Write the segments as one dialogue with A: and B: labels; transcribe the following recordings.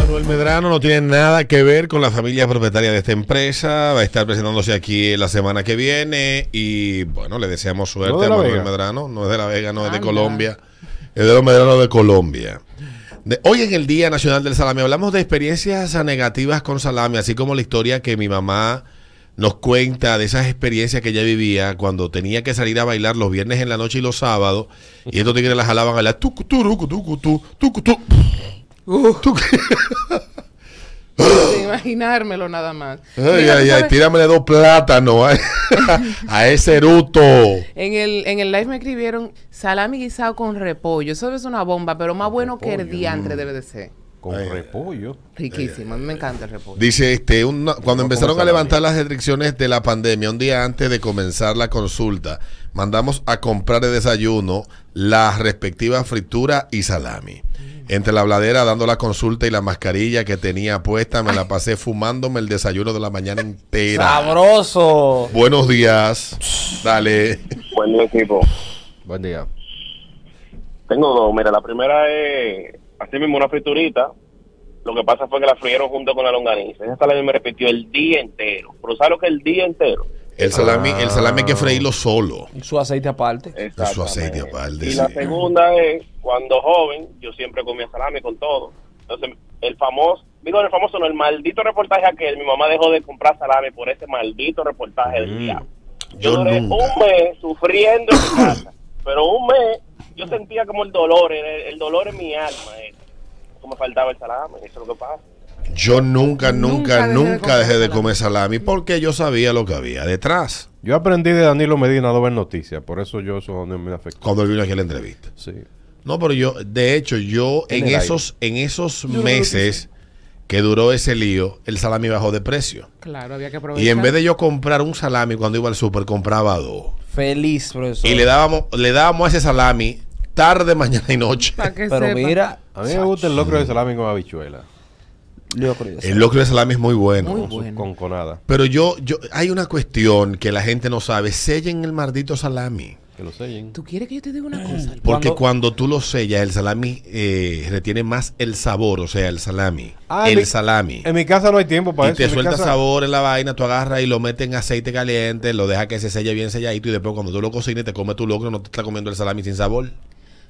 A: Manuel Medrano no tiene nada que ver con la familia propietaria de esta empresa. Va a estar presentándose aquí la semana que viene. Y bueno, le deseamos suerte
B: No de
A: a
B: La
A: Manuel
B: Vega.
A: Medrano. No es de La Vega, no es de
C: Anda.
A: Colombia. Es de los Medrano de Colombia. De- hoy en el Día Nacional del Salami hablamos de experiencias negativas con salami, así como la historia que mi mamá nos cuenta de esas experiencias que ella vivía cuando tenía que salir a bailar los viernes en la noche y los sábados y estos tigres la jalaban a la tucu, turucu, tucu, tu, tucu, tu. Tucu.
C: de imaginármelo nada más.
A: Ay,
C: Mira,
A: ay,
C: tú
A: ay,
C: sabes,
A: tíramele dos plátanos a, a ese eruto.
C: En el, en el live me escribieron salami guisado con repollo. Eso es una bomba, pero más bueno que el
B: repollo,
A: mm.
C: diantre debe de ser.
B: Con repollo.
C: Riquísimo. A mí me encanta el repollo.
A: Dice este, una- cuando
B: No
A: empezaron
B: como
A: a
B: salami.
A: levantar las restricciones de la pandemia, un día antes de comenzar la consulta, mandamos a comprar el desayuno las respectivas frituras y salami. Entre la bladera, dando la consulta y la mascarilla que tenía puesta, me la pasé fumándome el desayuno de la mañana entera.
D: Sabroso.
A: Buenos días. Dale.
E: Buen día, equipo.
B: Buen día.
E: Tengo dos. Mira, la primera es así mismo una friturita. Lo que pasa fue que la frieron junto con la longaniza. Esa salami me repitió el día entero. Pero ¿sabes lo que es el día entero?
A: El salami, el salami
B: Ah.
A: hay que freírlo solo.
D: Y Su aceite aparte.
A: Su aceite aparte,
E: Y la
A: sí.
E: segunda es, cuando joven, yo siempre comía salami con todo. Entonces, el famoso, digo el famoso, no, el maldito reportaje aquel, mi mamá dejó de comprar salami por ese maldito reportaje del diablo. Yo,
A: Mm. yo
E: duré
A: nunca.
E: un mes sufriendo en mi casa, pero un mes yo sentía como el dolor, el, el dolor en mi alma. eh. Como faltaba el salami, eso es lo que pasa.
A: Yo nunca, nunca,
C: Nunca dejé de
A: nunca
C: comer
A: dejé de
C: salami.
A: comer salami porque yo sabía lo que había detrás
B: Yo aprendí de Danilo Medina a no ver noticias, por eso yo eso no me afectó.
A: cuando él vino aquí a la entrevista.
B: Sí.
A: No, pero yo, de hecho, yo
B: En
A: en,
B: el
A: esos, en esos meses que duró ese lío, el salami bajó de precio.
C: Claro, había que probar.
A: Y en vez de yo comprar un salami cuando iba al súper, compraba dos.
D: Feliz, profesor.
A: Y le dábamos, le dábamos a ese salami tarde, mañana y noche.
C: Para que
D: Pero
C: sepa.
D: mira,
B: A mí me gusta el locro de salami con habichuela.
D: yo creo que
A: El locro de salami es muy bueno.
C: Muy
B: Con, su-
C: bueno.
B: con conada.
A: Pero yo, yo, hay una cuestión que la gente no sabe. Sellen el maldito salami.
B: Que lo sellen.
C: ¿Tú quieres que yo te diga una cosa?
A: Porque cuando,
D: Cuando-
A: tú lo sellas, el salami eh, retiene más el sabor, o sea, el salami.
B: Ah,
A: el
B: mi-
A: salami.
B: En mi casa no hay tiempo para
A: eh. Y
B: eso.
A: te
B: en mi
A: suelta
B: casa-
A: sabor en la vaina, tú agarras y lo metes en aceite caliente, lo dejas que se selle bien selladito y después cuando tú lo cocines te comes tu locro, no te estás comiendo el salami sin sabor.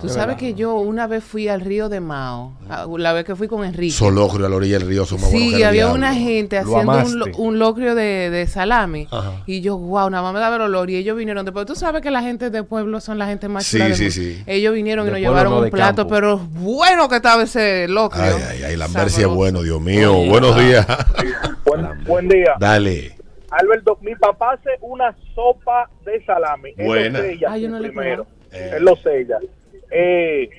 C: Tú sabes que yo una vez fui al río de Mao, a- la vez que fui con Enrique.
A: Solocro a la orilla del río son más buenos
C: Sí,
A: que
C: y
A: el
C: había
A: diablo.
C: una gente
B: Lo
C: haciendo un, lo-
B: amaste.
C: un locrio de, de salami.
A: Ajá.
C: Y yo, wow, nada más me daba el olor. Y ellos vinieron después. Tú sabes que la gente de pueblo son la gente más
A: Sí,
C: chula del
A: sí,
C: mundo.
A: sí.
C: Ellos vinieron
B: De
C: y nos
B: pueblo,
C: llevaron
B: no,
C: un
B: de
C: plato,
B: campo.
C: pero bueno que estaba ese locrio.
A: Ay, ay, ay, la es
C: Sabroso.
A: bueno, Dios mío. Buenos días.
F: Buen, buen día.
A: Dale.
F: Alberto, mi papá hace una sopa de salami. Él
A: Buena.
F: lo sella
C: Ah, yo no le he
F: primero.
A: probado.
F: Él lo sella. Eh,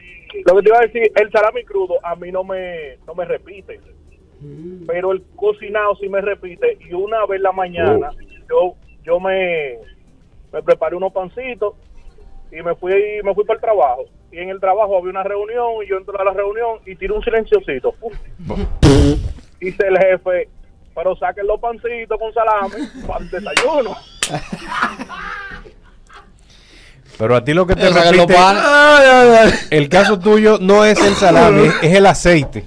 F: lo que te iba a decir, el salami crudo a mí no me, no me repite.
C: Mm.
F: Pero el cocinado sí me repite. Y una vez en la mañana yo, yo me, me preparé unos pancitos y me fui, me fui para el trabajo. Y en el trabajo había una reunión y yo entro a la reunión y tiro un silenciosito. Pum. Dice el jefe, pero saquen los pancitos con salami para el desayuno.
B: Pero a ti lo que te
D: O sea, que lo
B: repite,
D: pan-
B: el caso tuyo no es el salami, es- es el aceite.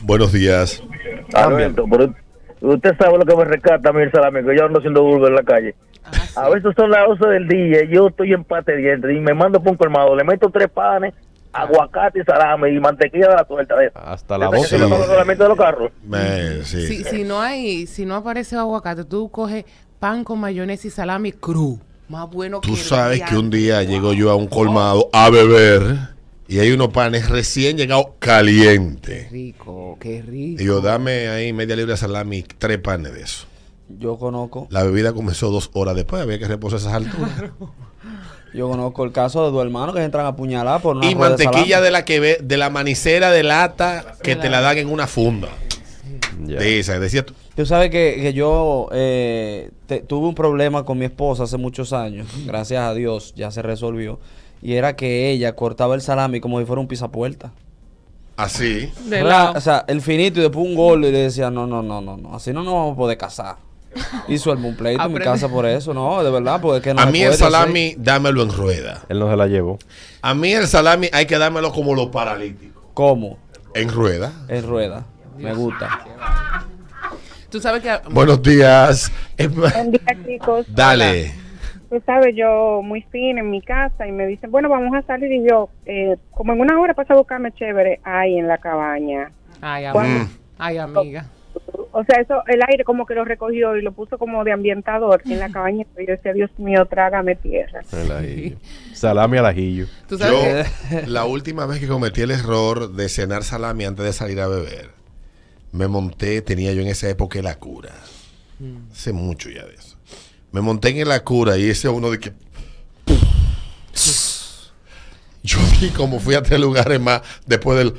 A: Buenos días.
B: Ah,
G: Alberto, pero usted sabe lo que me rescata a mí el salami, que yo ando siendo vulgo en la calle. A veces son las 11 del día, y yo estoy en pate dientes y me mando por un colmado, le meto tres panes, aguacate y salame y mantequilla de la suelta de esa.
B: Hasta la
G: Esa
B: voz
G: que
B: de la
G: se
A: boca.
G: toma solamente de los carros.
A: Me- sí.
C: Si, si no hay, si no aparece aguacate, tú coges pan con mayonesa y salami cru. Más bueno que
A: Tú
C: el
A: sabes que un
C: diablo.
A: día llego yo a un colmado a beber y hay unos panes recién llegados caliente.
C: Qué rico, qué rico.
A: Y yo, dame ahí media libra de salami y tres panes de eso.
D: Yo conozco,
A: La bebida comenzó dos horas después, había que reposar esas alturas.
D: yo conozco el caso de dos hermanos que se entran a apuñalar por una
A: Y
D: rueda de
A: mantequilla
D: salami.
A: de la que ve, de la manicera de lata que te la dan en una funda.
B: Ya.
A: De esa, decía tú.
D: Tú sabes que, que yo eh, te- tuve un problema con mi esposa hace muchos años, gracias a Dios, ya se resolvió. Y era que ella cortaba el salami como si fuera un pisapuerta.
A: Así.
C: De
D: Ra-
C: lado.
D: O sea, el finito y después un gol y le decía, no, no, no, no, no, así no nos vamos a poder casar. Hizo el pleito en mi
C: Aprende.
D: casa por eso, no, de verdad, porque es que no
A: A
D: se
A: mí el
D: puede hacer.
A: salami, dámelo en rueda.
B: Él no se la llevó.
A: A mí el salami hay que dármelo como los paralíticos.
D: ¿Cómo?
A: En rueda.
D: En rueda. Me gusta.
C: Tú sabes que...
A: Buenos días.
H: Buen día, chicos.
A: Dale.
H: Tú sabes, yo muy fina en mi casa y me dicen, bueno, vamos a salir. Y yo, eh, como en una hora pasa a buscarme chévere, ahí en la cabaña.
C: Ay,
A: Mm.
C: amiga. Ay, amiga.
H: O sea, eso, el aire como que lo recogió y lo puso como de ambientador en la cabaña. Y yo decía, Dios mío, trágame tierra.
A: El ajillo.
B: Salame al ajillo.
C: Tú sabes
A: Yo,
C: que...
A: la última vez que cometí el error de cenar salami antes de salir a beber, me monté, tenía yo en esa época la cura.
C: Mm.
A: Hace mucho ya de eso. Me monté en la cura y ese uno de que. Yo vi como fui a tres lugares más después del.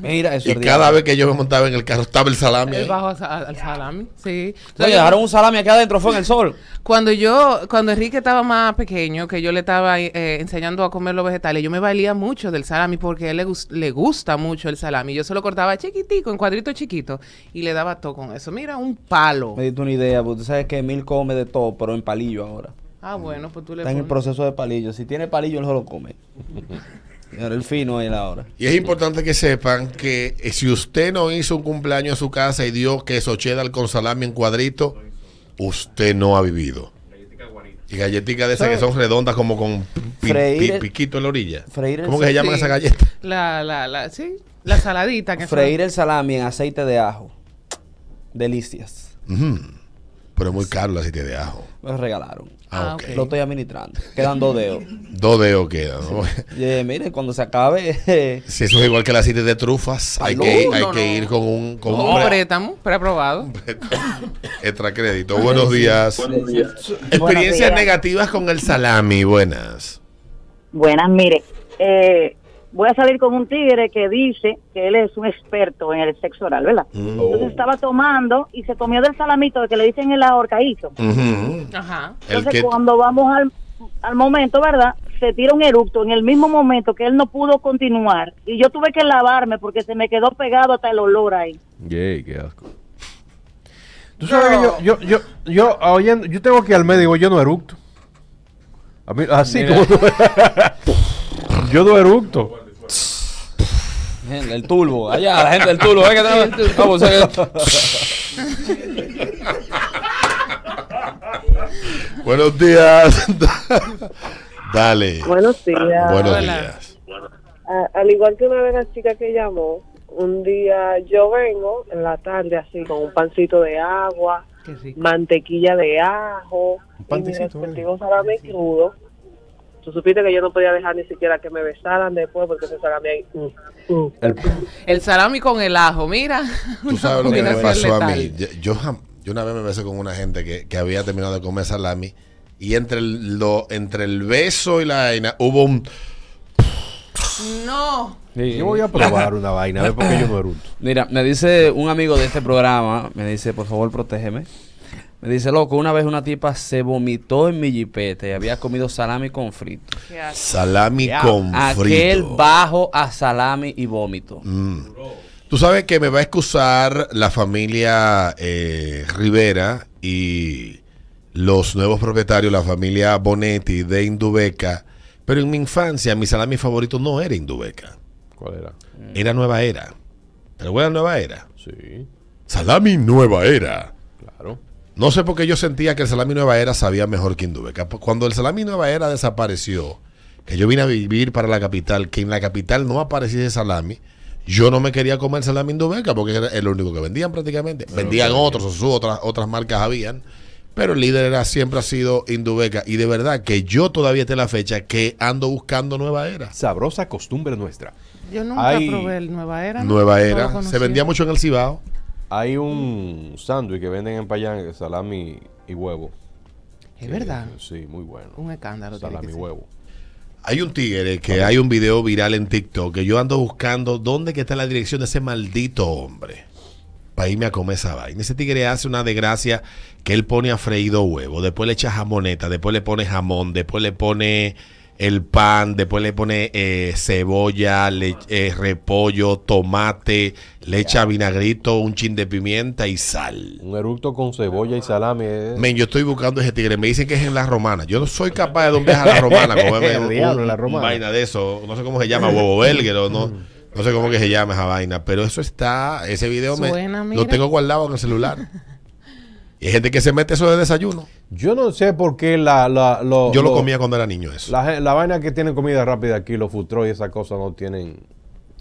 D: Mira, eso
A: Y
D: es
A: cada
D: diablo.
A: vez que yo me montaba en el carro estaba el salami.
C: El
A: ahí.
C: bajo sa- al salami, sí. Tú sabes,
D: Oye, dejaron un salami aquí adentro, fue en el sol.
C: Cuando yo, cuando Enrique estaba más pequeño, que yo le estaba eh, enseñando a comer los vegetales, yo me valía mucho del salami porque a él le, gus- le gusta mucho el salami. Yo se lo cortaba chiquitico, en cuadritos chiquitos, y le daba todo con eso. Mira, un palo.
D: Me diste una idea, porque tú sabes que Emil come de todo, pero en palillo ahora.
C: Ah, bueno, pues tú le
D: Está en el
C: pones-
D: proceso de palillo. Si tiene palillo, él se lo come. Ahora el fino es él ahora.
A: Y es importante que sepan que eh, si usted no hizo un cumpleaños en su casa y dio queso cheddar con salami en cuadrito, usted no ha vivido. Y galletitas de esas que son redondas como con pi-
D: Freír
A: pi-
D: el-
A: piquito en la orilla.
D: freír el
A: ¿Cómo que se llaman
C: sí.
A: esas galletas?
C: La, la, la, sí, la saladita que
D: Freír el salami en aceite de ajo. Delicias.
A: Ujú. Pero es muy caro la sitio de ajo.
D: Me lo regalaron.
A: Ah,
C: Ah,
A: ok.
C: ok.
D: Lo estoy administrando. Quedan dos dedos.
A: Dos dedos quedan. ¿no?
D: Y, eh, mire, cuando se acabe, eh,
A: si eso es igual que la sitio de trufas, hay que,
C: Salud,
A: hay
C: no,
A: que
C: no.
A: ir con un, con
C: son-
A: un
C: Un
A: pre-
C: préstamo preaprobado.
A: extra crédito. Buenos días. Experiencias
H: días.
A: negativas con el salami. Buenas.
I: Buenas, mire, eh, voy a salir con un tigre que dice que él es un experto en el sexo oral, ¿verdad?
A: Mm.
I: Entonces estaba tomando y se comió del salamito que le dicen el ahorcadito.
A: Ujú.
C: Ajá.
A: El
I: Entonces
A: que
I: cuando vamos al, al momento, ¿verdad? Se tira un eructo en el mismo momento que él no pudo continuar y yo tuve que lavarme porque se me quedó pegado hasta el olor ahí.
B: Yay, qué asco. Tú sabes que yo, yo, yo, yo, ah, oyendo- yo tengo que ir al médico, yo no eructo. A mí, así como tú. yo no eructo.
D: gente, el turbo. Allá, la gente del turbo. eh, Venga, vamos,
A: Buenos días. Dale.
H: Buenos días.
A: Buenos
C: Hola.
A: días.
H: A- al igual que una de las chicas que llamó, un día yo vengo en la tarde así con un pancito de agua,
C: Qué rico.
H: mantequilla de ajo, y mi
B: pantecito, ¿vale?
H: respectivo salami crudo. Tú supiste que yo no podía dejar ni siquiera que me besaran después porque ese salami ahí, mm, mm.
C: El salami con el ajo, mira.
A: Tú
C: una
A: sabes lo que me
C: combinación
A: pasó a mí.
C: letal.
A: Yo, yo jam- yo una vez me besé con una gente que, que había terminado de comer salami y entre el, lo, entre el beso y la vaina hubo un...
C: No.
B: Yo voy a probar una vaina, a ver por qué yo no eructo.
D: Mira, me dice un amigo de este programa, me dice, por favor, protégeme. Me dice, loco, una vez una tipa se vomitó en mi jipeta y había comido salami con frito.
C: Qué asco.
A: Salami con
D: Aquel
A: frito.
D: bajo a salami y vómito.
A: Mm. Tú sabes que me va a excusar la familia eh, Rivera y los nuevos propietarios, la familia Bonetti de Indubeca, pero en mi infancia mi salami favorito no era Indubeca,
B: ¿Cuál era?
A: era Nueva Era. ¿Te recuerdas Nueva Era?
B: Sí,
A: Salami Nueva Era.
B: claro.
A: No sé por qué yo sentía que el salami Nueva Era sabía mejor que Indubeca. Cuando el salami Nueva Era desapareció, que yo vine a vivir para la capital, que en la capital no aparecía ese salami, yo no me quería comer salami Indubeca porque era el único que vendían prácticamente. vendían otros, Sosúa, otras, otras marcas habían. Pero el líder era, siempre ha sido Indubeca. Y de verdad que yo todavía te la fecha que ando buscando Nueva Era.
B: Sabrosa costumbre nuestra.
C: Yo nunca
B: Ay.
C: probé el Nueva Era. ¿no?
A: Nueva
C: No lo
A: Era. Se
C: conocía.
A: vendía mucho en el Cibao.
B: Hay un sándwich que venden en Payán, que salami y huevo.
C: Es verdad.
B: Eh, Sí, muy bueno.
C: Un escándalo. tiene
B: salami
C: que
B: y
C: ser.
B: huevo.
A: Hay un tigre que hay un video viral en TikTok que yo ando buscando dónde que está la dirección de ese maldito hombre. Para irme a comer esa vaina. Ese tigre hace una desgracia que él pone a freído huevo, después le echa jamoneta, después le pone jamón, después le pone el pan, después le pone eh, cebolla, le- eh, repollo, tomate, le echa vinagrito, un chin de pimienta y sal.
B: Un eructo con cebolla y salami. es-
A: Men, yo estoy buscando ese tigre. Me dicen que es en la romana. Yo no soy capaz de dar un viaje a la romana. Comerme
B: El
A: un,
B: diablo,
A: un-
B: la
A: un
B: Romana. Mm.
A: vaina de eso. No sé cómo se llama, huevo belguero. No, No sé cómo que se llama esa vaina, pero eso está, ese video me-
C: Suena, mira.
A: lo tengo guardado en el celular. y hay gente que se mete eso de desayuno.
B: Yo no sé por qué la, la- lo-
A: Yo lo
B: lo-
A: comía cuando era niño eso.
B: Oh, La, la vaina que tienen comida rápida aquí, los futros y esas cosas no tienen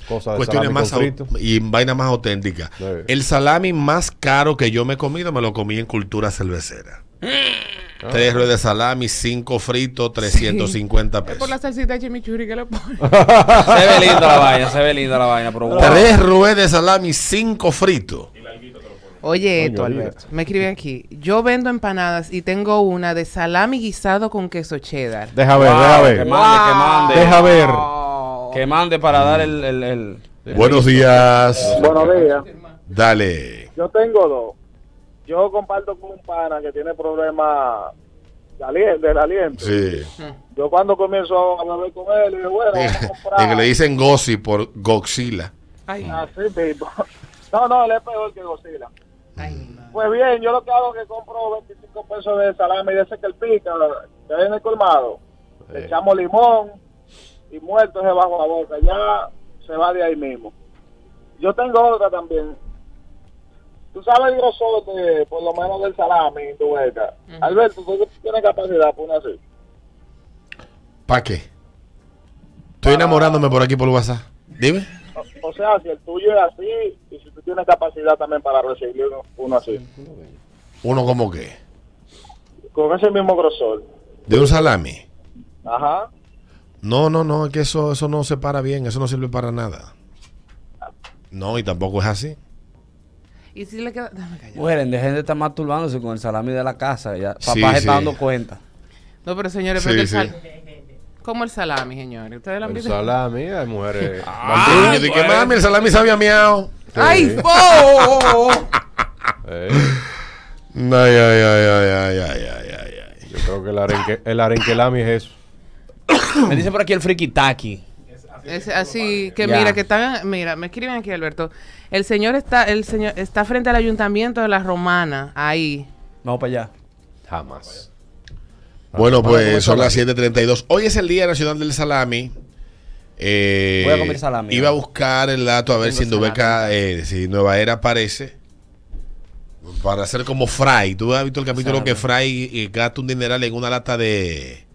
B: cosas de
A: Cuestiones
B: salami con
A: más au-
B: frito.
A: y vaina más auténtica.
B: Sí.
A: El salami más caro que yo me he comido me lo comí en cultura cervecera.
B: Ah.
A: Tres ruedas de salami, cinco fritos, 350
C: Es por
A: pesos.
C: la salsita de chimichurri que le ponen.
D: Se ve linda la vaina, se ve linda la vaina, pero wow.
A: Tres ruedas de salami, cinco fritos.
C: Oye, esto,
B: Coño,
C: Alberto. Me escribe aquí. Yo vendo empanadas y tengo una de salami guisado con queso cheddar.
B: Deja ver,
D: Wow,
B: deja
D: Que
B: ver.
D: mande, que
B: Deja
D: mande.
B: ver.
C: Oh.
D: Que mande para dar el. el, el- el-
A: Buenos días.
F: Buenos días.
A: Dale.
F: Yo tengo dos. Yo comparto con un pana que tiene problemas de alien- del aliento.
A: Sí.
F: Yo cuando comienzo a beber con él, le digo, bueno, vamos a
A: En
F: comprar.
A: que le dicen Gossi por Goxila.
C: Ay,
F: Así mismo. No, no, él es peor que Godzilla.
C: ay, mi madre.
F: Pues bien, yo lo que hago es que compro 25 pesos de salami de ese que el pica, que hay en el colmado. Le echamos limón y muerto se bajo la boca. Ya se va de ahí mismo. Yo tengo otra también. Tú sabes el grosor de, por lo menos del salami en tu boca. Alberto, ¿tú tienes capacidad para una así?
A: ¿Para qué? Estoy enamorándome por aquí por WhatsApp. Dime.
F: O, o sea, si el tuyo es así y si tú tienes capacidad también para recibir uno, uno así.
A: Uno como qué.
F: Con ese mismo grosor.
A: De un salami.
F: Ajá.
A: No, no, no, es que eso, eso no se para bien, eso no sirve para nada. No, y tampoco es así.
C: Y si le queda. Dame callar.
D: Mujeres, dejen de estar masturbándose con el salami de la casa. Ya. Papá
A: Sí,
D: se
A: sí.
D: está dando cuenta.
C: No, pero señores,
A: Sí,
C: pero que el
A: sí.
C: Como el salami, señores. Ustedes lo han
B: El
C: visto.
B: salami, hay mujeres.
A: Ah, yo dije, mami, el salami sabía miau.
C: ¡Ay, po!
B: Eh,
A: Ay, ay, ay, ay, ay, ay, ay, ay, ay.
B: yo creo que el, arenque, el arenquelami es eso.
D: Me dice por aquí el friki taki.
C: Es así que
D: Ya.
C: mira que están, mira, me escriben aquí Alberto. El señor está, el señor está frente al ayuntamiento de la Romana, ahí.
D: Vamos para allá.
B: Jamás.
A: Bueno,
D: Ah, Vamos a
A: pues son
D: comer
A: las 7:32. Hoy es el Día Nacional del Salami. Eh,
D: Voy a comer salami,
A: Iba a
D: ¿no?
A: buscar el dato a ver si,
C: Tengo
A: Indubeca, eh, si Nueva Era aparece. Para hacer como Fry. Tú has visto el capítulo
D: Salami.
A: que Fry eh, gasta un dineral en una lata de,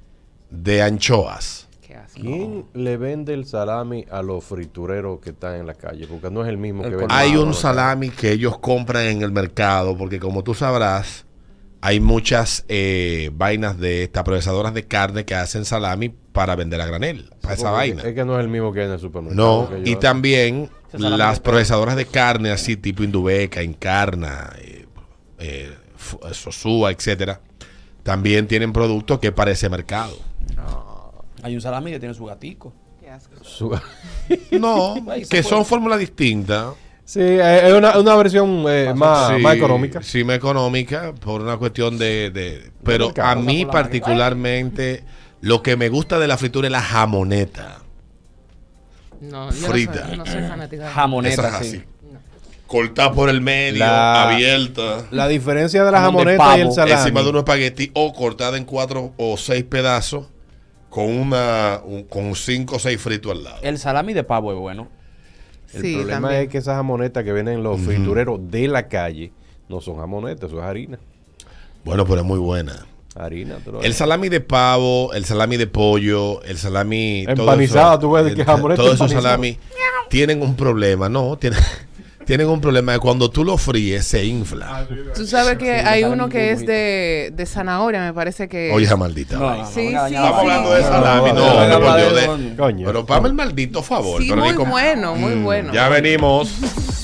A: de anchoas.
C: Qué asco.
B: ¿Quién le vende el salami a los fritureros que están en la calle? Porque no es el mismo
D: El
B: que
D: colmado.
B: vende.
A: Hay
B: en
A: un
B: la calle.
A: salami que ellos compran en el mercado, porque como tú sabrás, hay muchas eh, vainas de estas procesadoras de carne que hacen salami para vender a granel, para esa
B: Porque
A: vaina.
B: Es que no es el mismo que hay en el supermercado.
A: No,
B: que yo-
A: y también
D: Ese salami
A: las
D: de perro.
A: procesadoras de carne, así tipo Indubeca, Encarna, eh, eh, F- Sosúa, etcétera, también tienen productos que para ese mercado.
D: Hay un salami que tiene su gatico.
C: Qué asco.
B: Su-
A: No,
D: Ahí se
A: que
D: puede.
A: son fórmulas distintas.
B: Sí, eh, es una, una versión eh, más,
A: Sí,
B: más económica.
A: Sí, más económica, por una cuestión de... de- pero
B: mercado,
A: a
B: por
A: mí
D: la
A: particularmente, lo que me gusta de la fritura es la jamoneta.
C: No, yo
A: Frita.
C: No, soy, no soy fanática. de-
A: Esa
D: Jamoneta,
A: es
D: sí.
A: así. Cortada por el medio,
B: La-
A: abierta.
B: La diferencia de la
D: Jamón de
B: jamoneta y
D: pavo.
B: el salami.
A: Encima de unos espagueti o cortada en cuatro o seis pedazos con una un- con cinco o seis fritos al lado.
D: El salami de pavo es bueno.
B: El
C: Sí,
B: problema
C: también.
B: es que esas jamonetas que vienen los fritureros de la calle no son jamonetas, eso es harina.
A: Bueno, pero es muy buena.
B: Harina, te lo
A: El salami de pavo, el salami de pollo, el salami... todo
B: Empanizada,
A: eso,
B: tú ves de que
A: el-
B: jamoneta
A: Todos esos
B: empanizada.
A: salami tienen un problema, ¿no? Tienen, tienen un problema de cuando tú lo fríes se
B: Ah,
A: infla.
C: Tú sabes que hay
D: salen
C: uno que es
D: burbujitas.
C: de, de zanahoria, me parece que.
A: Oye, esa maldita. vaina.
C: Sí,
D: venga,
C: sí,
D: dañada
C: sí.
D: la vaina.
A: Hablando de salami,
B: no,
A: no,
B: no,
A: hombre,
D: no,
A: por Dios
D: no,
A: de-
D: no, no.
B: Coño.
A: Pero mm, pame el maldito favor.
C: Sí,
A: pero
C: muy
A: ni con-
C: bueno, muy bueno.
A: Ya venimos.